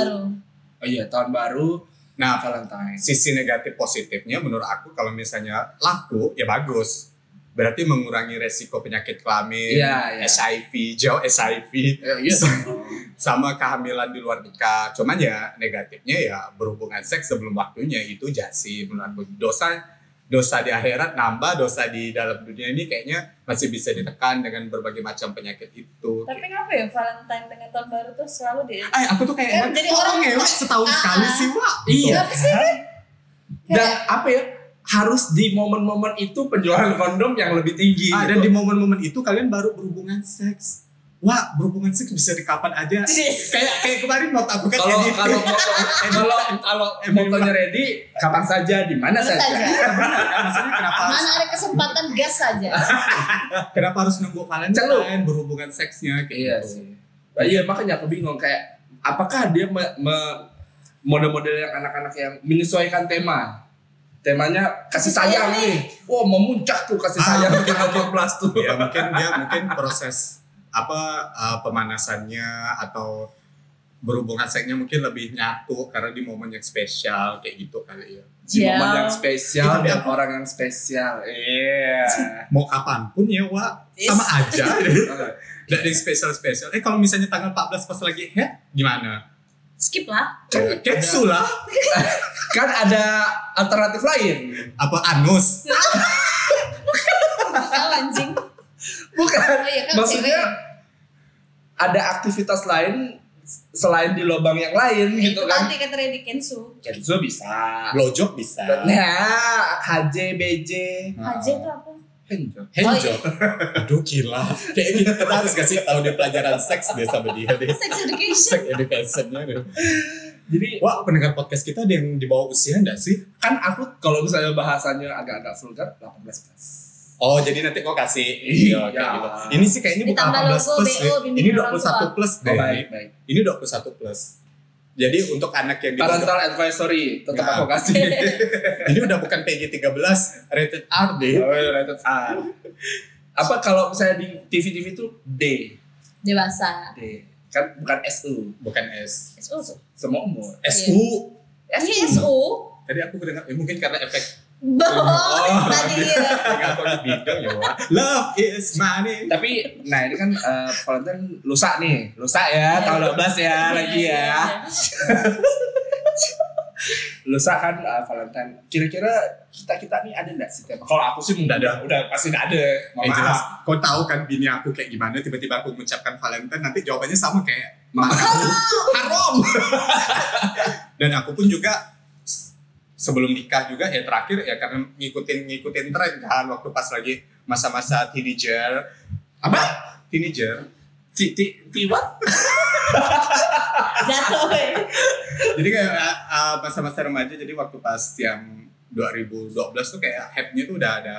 Speaker 1: baru.
Speaker 2: Oh iya, tahun baru
Speaker 3: Nah,
Speaker 2: Valentine.
Speaker 3: sisi negatif positifnya menurut aku kalau misalnya laku ya bagus. Berarti mengurangi resiko penyakit kelamin,
Speaker 2: Iya, iya.
Speaker 3: HIV, jauh HIV
Speaker 2: Eh, iya.
Speaker 3: sama kehamilan di luar nikah. Cuman ya negatifnya ya berhubungan seks sebelum waktunya itu jasi menurut aku. Dosa dosa di akhirat nambah dosa di dalam dunia ini kayaknya masih bisa ditekan dengan berbagai macam penyakit itu.
Speaker 1: Tapi ngapa ya Valentine dengan tahun baru tuh selalu di
Speaker 3: Eh, aku tuh kayak
Speaker 1: Kan jadi
Speaker 3: kok
Speaker 1: orang-
Speaker 3: ngewek setahun
Speaker 1: Ah.
Speaker 3: sekali sih, Wak.
Speaker 2: iya.
Speaker 1: Kenapa sih,
Speaker 2: kan? Dan
Speaker 1: Kayak-
Speaker 2: apa ya? Harus di momen-momen itu penjualan kondom yang lebih tinggi.
Speaker 3: Ah,
Speaker 2: gitu.
Speaker 3: dan di momen-momen itu kalian baru berhubungan seks. Wah, berhubungan seks bisa di kapan aja.
Speaker 1: Yes.
Speaker 3: Kayak kayak kemarin mau aku kan
Speaker 2: kalau
Speaker 3: edit.
Speaker 2: kalau foto kalau kalau fotonya ready kapan saja di mana
Speaker 1: Terus
Speaker 2: saja.
Speaker 1: aja.
Speaker 3: maksudnya kenapa Ah, harus,
Speaker 1: Mana ada kesempatan gas saja.
Speaker 3: kenapa harus nunggu Valentine
Speaker 2: Celup.
Speaker 3: berhubungan seksnya kayak
Speaker 2: Iya
Speaker 3: gitu.
Speaker 2: sih. Nah, iya makanya aku bingung kayak apakah dia me, me- model-model yang anak-anak yang menyesuaikan tema. Temanya kasih sayang
Speaker 1: Kasih sayang
Speaker 2: nih. Wah, mau memuncak tuh kasih
Speaker 3: Ah,
Speaker 2: sayang di album plus tuh.
Speaker 3: Ya mungkin dia mungkin proses apa uh, pemanasannya atau berhubungan seksnya mungkin lebih nyatu karena di momen yang spesial kayak gitu kali ya.
Speaker 2: Di momen yang
Speaker 1: Jauh.
Speaker 2: spesial
Speaker 3: Iya,
Speaker 2: dan
Speaker 3: tapi-
Speaker 2: orang yang spesial. Iya.
Speaker 3: Mau kapan pun ya, Wak.
Speaker 1: Yes.
Speaker 3: Sama aja. Gak ada yang spesial-spesial. Eh kalau misalnya tanggal 14 pas lagi head gimana?
Speaker 1: Skip lah.
Speaker 2: Kan-
Speaker 3: Kapsul lah.
Speaker 2: kan ada alternatif lain.
Speaker 3: apa anus
Speaker 1: Tahu anjing.
Speaker 2: Bukan.
Speaker 1: Oh iya kan
Speaker 2: Maksudnya
Speaker 1: cewek.
Speaker 2: ada aktivitas lain selain di lobang yang lain gitu
Speaker 1: itu
Speaker 2: kan.
Speaker 1: tadi kata Reddy Kensu.
Speaker 2: Kenzo bisa.
Speaker 3: blowjob bisa
Speaker 2: Nah, HJ, BJ.
Speaker 3: Ah.
Speaker 1: Aja itu apa?
Speaker 2: Kenzo.
Speaker 3: handjob aduh gila kayaknya kita harus kasih tahu dia pelajaran seks deh sama dia deh
Speaker 1: Sex education.
Speaker 3: sex educationnya deh
Speaker 2: Jadi
Speaker 3: wah pendengar podcast kita ada yang di bawah usia enggak sih
Speaker 2: kan aku kalau misalnya bahasanya agak-agak vulgar 18 plus.
Speaker 3: oh jadi nanti kau kasih
Speaker 2: Iya.
Speaker 3: iya kayak gitu ini sih kayaknya bukan
Speaker 1: Ditambah
Speaker 3: 18 plus
Speaker 1: logo,
Speaker 3: deh.
Speaker 1: BO, bimbingan
Speaker 3: ini
Speaker 1: orang
Speaker 3: 21 plus
Speaker 2: Oh,
Speaker 3: deh
Speaker 2: baik, baik.
Speaker 3: ini 21 plus jadi untuk anak yang di bawah-
Speaker 2: Parental advisory tetap
Speaker 3: Ya.
Speaker 2: aku kasih.
Speaker 3: ini udah bukan PG 13 rated R deh
Speaker 2: Oh, rated R. Apa kalau misalnya di TV-TV itu D.
Speaker 1: Dewasa.
Speaker 2: D. Kan bukan SU,
Speaker 3: bukan S
Speaker 1: SU.
Speaker 2: semua umur.
Speaker 3: SU
Speaker 1: Ini SU.
Speaker 3: tadi aku kedengar eh, mungkin karena efek
Speaker 1: Bohong
Speaker 3: Oh,
Speaker 1: tadi ya.
Speaker 3: Tinggal kau di bidang ya, Wak. Love is money.
Speaker 2: Tapi nah ini kan eh, Valentine lusa nih, lusa ya, tahun 12 ya
Speaker 3: Nah,
Speaker 2: lagi ya. lusa kan uh, Valentine kira-kira kita kita nih ada nggak sih tema kalau aku sih
Speaker 3: Nggak ada.
Speaker 2: udah udah pasti nggak ada Mohon
Speaker 3: Eh
Speaker 2: maaf.
Speaker 3: jelas, kau tahu kan bini aku kayak gimana tiba-tiba aku mengucapkan Valentine nanti jawabannya sama kayak mama aku haram. Dan aku pun juga s- sebelum nikah juga ya terakhir ya karena ngikutin ngikutin tren kan waktu pas lagi masa-masa teenager
Speaker 2: apa
Speaker 3: teenager
Speaker 2: ti ti ti what
Speaker 1: Jatuh. weh.
Speaker 3: jadi kayak uh, masa-masa remaja jadi waktu pas yang 2012 tuh kayak hype-nya tuh udah ada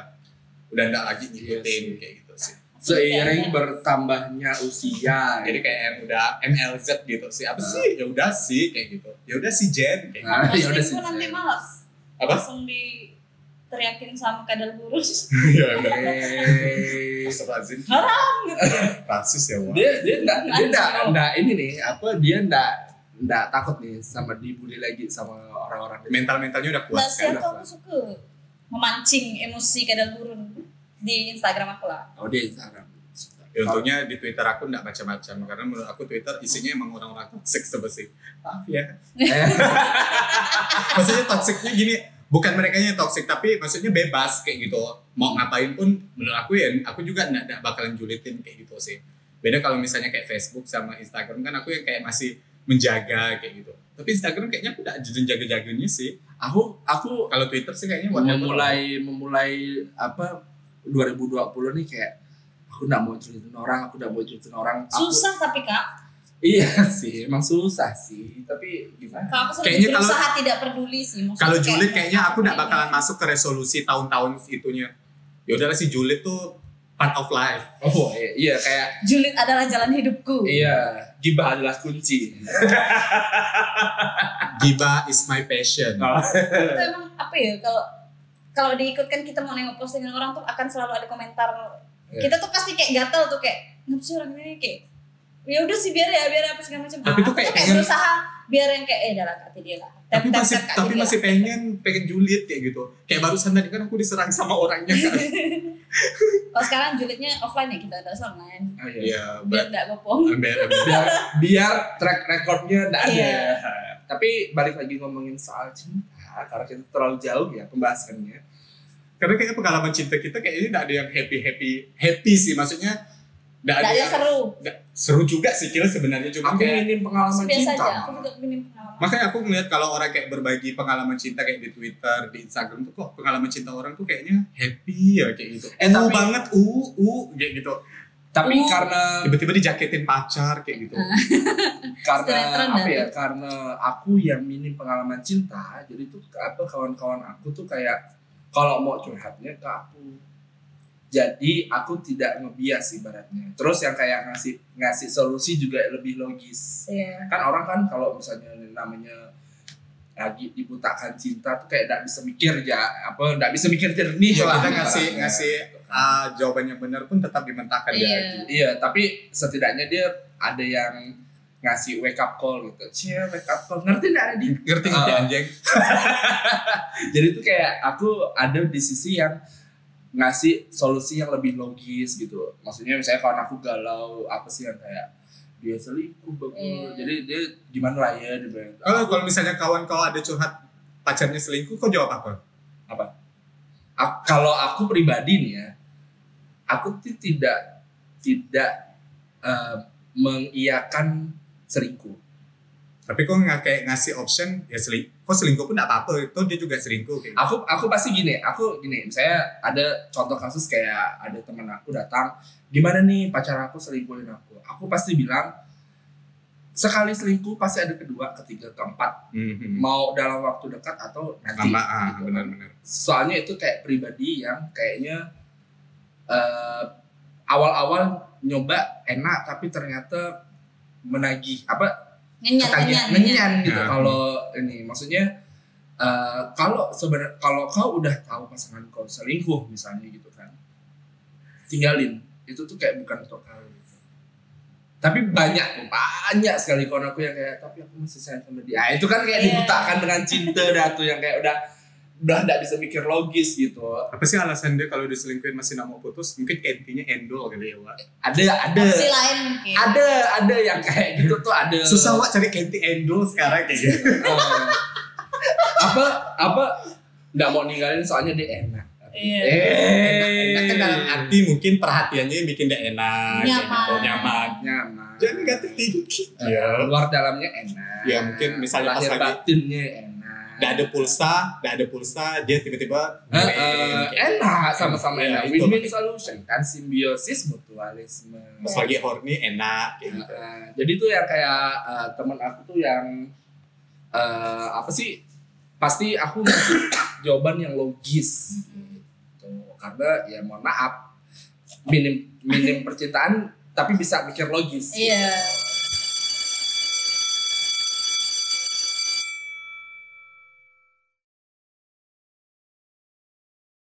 Speaker 3: udah nggak lagi ngikutin
Speaker 2: Iya sih.
Speaker 3: kayak gitu sih
Speaker 2: seiring bertambahnya usia
Speaker 3: jadi kayak yang udah MLZ gitu sih apa sih ya udah sih kayak gitu ya udah sih Jen kayak gitu.
Speaker 2: nah, ya udah
Speaker 1: Posting
Speaker 2: sih
Speaker 1: pun nanti malas.
Speaker 3: apa
Speaker 1: Langsung di teriakin sama kadal burus.
Speaker 3: ya udah
Speaker 2: Eh,
Speaker 3: Astagfirullahaladzim
Speaker 1: Haram gitu.
Speaker 3: rasis ya wah
Speaker 2: dia dia nggak dia nggak
Speaker 1: Anjing.
Speaker 2: nggak ini nih apa dia nggak nggak takut nih sama dibully lagi sama orang-orang di-
Speaker 3: mental mentalnya udah kuat
Speaker 1: Nah,
Speaker 3: kan
Speaker 1: siapa aku suka memancing emosi kadal burun di Instagram aku lah.
Speaker 2: oh dia sekarang
Speaker 3: Ya, untungnya di Twitter aku nggak macam-macam karena menurut aku Twitter isinya emang orang-orang toxic sebersih. Maaf ya.
Speaker 2: Eh,
Speaker 3: Maksudnya toxicnya gini, bukan mereka yang toxic tapi maksudnya bebas kayak gitu. Mau ngapain pun menurut aku ya aku juga nggak nggak bakalan julitin kayak gitu sih. Beda kalau misalnya kayak Facebook sama Instagram kan aku yang kayak masih menjaga kayak gitu. Tapi Instagram kayaknya aku nggak jaga-jaganya sih.
Speaker 2: aku aku
Speaker 3: Kalau Twitter sih kayaknya whatever.
Speaker 2: memulai memulai apa 2020 nih kayak aku nggak mau ceritain orang aku nggak mau ceritain orang Aku-
Speaker 1: Susah tapi kak,
Speaker 2: iya sih emang susah sih tapi gimana
Speaker 1: kalau aku
Speaker 3: Kayaknya
Speaker 1: sering
Speaker 3: kalau-
Speaker 1: berusaha tidak peduli sih. Maksudnya
Speaker 3: Kalau
Speaker 1: kayak-
Speaker 3: julid kayaknya aku nggak bakalan masuk ke resolusi tahun-tahun itunya. Ya udahlah si julid tuh part of life.
Speaker 2: oh iya, iya kayak
Speaker 1: Julid adalah jalan hidupku.
Speaker 2: iya gibah adalah kunci
Speaker 3: Giba is my passion.
Speaker 1: itu emang apa ya kalau kalau diikutkan kita mau nengok postingan orang tuh akan selalu ada komentar
Speaker 2: Iya.
Speaker 1: kita tuh pasti kayak gatel tuh kayak ngapa sih orang ini kayak ya udah sih biar ya biar apa segala macam
Speaker 3: Tapi
Speaker 1: Ah,
Speaker 3: tuh
Speaker 1: aku
Speaker 3: kayak pengen-
Speaker 1: berusaha biar yang kayak eh dalam kati dia lah Tap,
Speaker 3: tapi
Speaker 1: tap,
Speaker 3: masih
Speaker 1: tap, Kak
Speaker 3: tapi
Speaker 1: Tidila.
Speaker 3: masih pengen pengen julid kayak gitu. Kayak barusan tadi kan aku diserang sama orangnya kan.
Speaker 1: kalau sekarang julidnya offline ya kita ada online
Speaker 2: Oh, iya.
Speaker 3: Iya,
Speaker 1: biar
Speaker 3: but
Speaker 1: nggak bopong
Speaker 2: biar biar track recordnya nggak ada
Speaker 1: Iya.
Speaker 2: tapi balik lagi ngomongin soal cinta karena kita terlalu jauh ya pembahasannya
Speaker 3: karena kayaknya pengalaman cinta kita kayaknya nggak ada yang happy happy happy sih maksudnya nggak ada,
Speaker 1: nggak ada
Speaker 3: yang
Speaker 1: seru
Speaker 3: nggak- seru juga sih kira sebenarnya cuma
Speaker 2: aku
Speaker 3: kayak
Speaker 2: minim pengalaman
Speaker 1: Iya. biasa
Speaker 2: cinta
Speaker 1: aja aku juga minim pengalaman
Speaker 3: makanya aku ngeliat kalau orang kayak berbagi pengalaman cinta kayak di Twitter di Instagram tuh kok pengalaman cinta orang tuh kayaknya happy ya kayak gitu
Speaker 2: Eh,
Speaker 3: uh
Speaker 2: tapi-
Speaker 3: banget uh uh kayak gitu
Speaker 2: tapi
Speaker 1: Uh.
Speaker 2: karena
Speaker 3: tiba-tiba dijaketin pacar kayak gitu
Speaker 1: Sinetron
Speaker 2: karena
Speaker 1: dan-
Speaker 2: apa ya karena aku yang minim pengalaman cinta jadi tuh apa kawan-kawan aku tuh kayak kalau mau curhatnya ke aku jadi aku tidak ngebias ibaratnya terus yang kayak ngasih ngasih solusi juga lebih logis
Speaker 1: Iya.
Speaker 2: kan orang kan kalau misalnya namanya lagi dibutakan cinta tuh kayak gak bisa mikir ya apa gak bisa mikir jernih
Speaker 3: Iya,
Speaker 2: lah
Speaker 3: kita ngasih
Speaker 2: ibaratnya.
Speaker 3: ngasih ah, jawaban yang benar pun tetap dimentahkan di
Speaker 1: Iya.
Speaker 3: hati.
Speaker 2: Iya, tapi setidaknya dia ada yang ngasih wake up call gitu. Cie, wake up call. Ngerti gak ada di?
Speaker 3: Ngerti ngerti
Speaker 2: Ah.
Speaker 3: anjing?
Speaker 2: Jadi itu kayak aku ada di sisi yang ngasih solusi yang lebih logis gitu. Maksudnya misalnya kalau aku galau, apa sih yang kayak dia selingkuh bagus.
Speaker 1: Iya.
Speaker 2: Jadi dia gimana lah ya dia bilang.
Speaker 3: Kalau kalau misalnya kawan kau ada curhat pacarnya selingkuh, kau jawab apa?
Speaker 2: A- kalau aku pribadi nih ya, aku tuh tidak tidak eh, mengiyakan selingkuh.
Speaker 3: Tapi kau nggak kayak ngasih option ya seling, kau selingkuh pun nggak apa-apa, itu dia juga selingkuh kayak. gitu.
Speaker 2: aku aku pasti gini aku gini misalnya ada contoh kasus kayak ada teman aku datang gimana nih pacar aku selingkuhin aku aku pasti bilang sekali selingkuh pasti ada kedua ketiga keempat
Speaker 3: Mhm.
Speaker 2: mau dalam waktu dekat atau nanti
Speaker 3: Lama ah
Speaker 2: gitu.
Speaker 3: benar-benar.
Speaker 2: soalnya itu kayak pribadi yang kayaknya eh, awal-awal nyoba enak tapi ternyata menagih apa
Speaker 1: nyenyan
Speaker 2: ketagih
Speaker 1: nyenyan
Speaker 2: menyan
Speaker 1: nyenyan.
Speaker 2: gitu
Speaker 3: Ya.
Speaker 2: kalau ini maksudnya eh, kalau sebenarnya kalau kau udah tahu pasangan kau selingkuh misalnya gitu kan tinggalin itu tuh kayak bukan untuk kau gitu. tapi banyak banyak sekali kawan aku yang kayak tapi aku masih sayang sama dia Ah, itu kan kayak
Speaker 1: Iya.
Speaker 2: dibutakan dengan cinta dah tuh yang kayak udah udah nggak bisa mikir logis gitu
Speaker 3: Apa sih alasan dia kalau diselingkuhin masih nggak mau putus? Mungkin intinya endol kali ya, Wak.
Speaker 2: ada ada
Speaker 1: opsi lain mungkin
Speaker 2: ada ada yang kayak gitu tuh ada
Speaker 3: Susah Wak cari kenti endol sekarang kayak gitu.
Speaker 2: Eh, apa apa nggak mau ninggalin soalnya dia enak
Speaker 1: Iya.
Speaker 2: Eh,
Speaker 3: Enak kan dalam arti mungkin perhatiannya yang bikin dia enak, kayak gitu,
Speaker 1: Nyaman.
Speaker 3: nyaman.
Speaker 2: nyaman.
Speaker 3: Jangan negatif gitu. thinking.
Speaker 2: Eh, Luar dalamnya enak.
Speaker 3: Ya, Iya. mungkin misalnya pas
Speaker 2: lahir
Speaker 3: lagi-
Speaker 2: batinnya enak.
Speaker 3: Nggak ada pulsa, nggak ada pulsa, dia tiba-tiba
Speaker 2: Eh, eh,
Speaker 3: ngerain, kayak
Speaker 2: enak sama-sama
Speaker 3: Iya,
Speaker 2: enak.
Speaker 3: itu.
Speaker 2: Win-win solution kan simbiosis mutualisme.
Speaker 3: Pas lagi horny enak kayak gitu.
Speaker 2: Eh, jadi tuh yang kayak eh, teman aku tuh yang eh, apa sih? Pasti aku ngasih jawaban yang logis.
Speaker 1: Mhm.
Speaker 2: Tuh, karena ya mohon maaf minim minim percintaan tapi bisa mikir logis.
Speaker 1: iya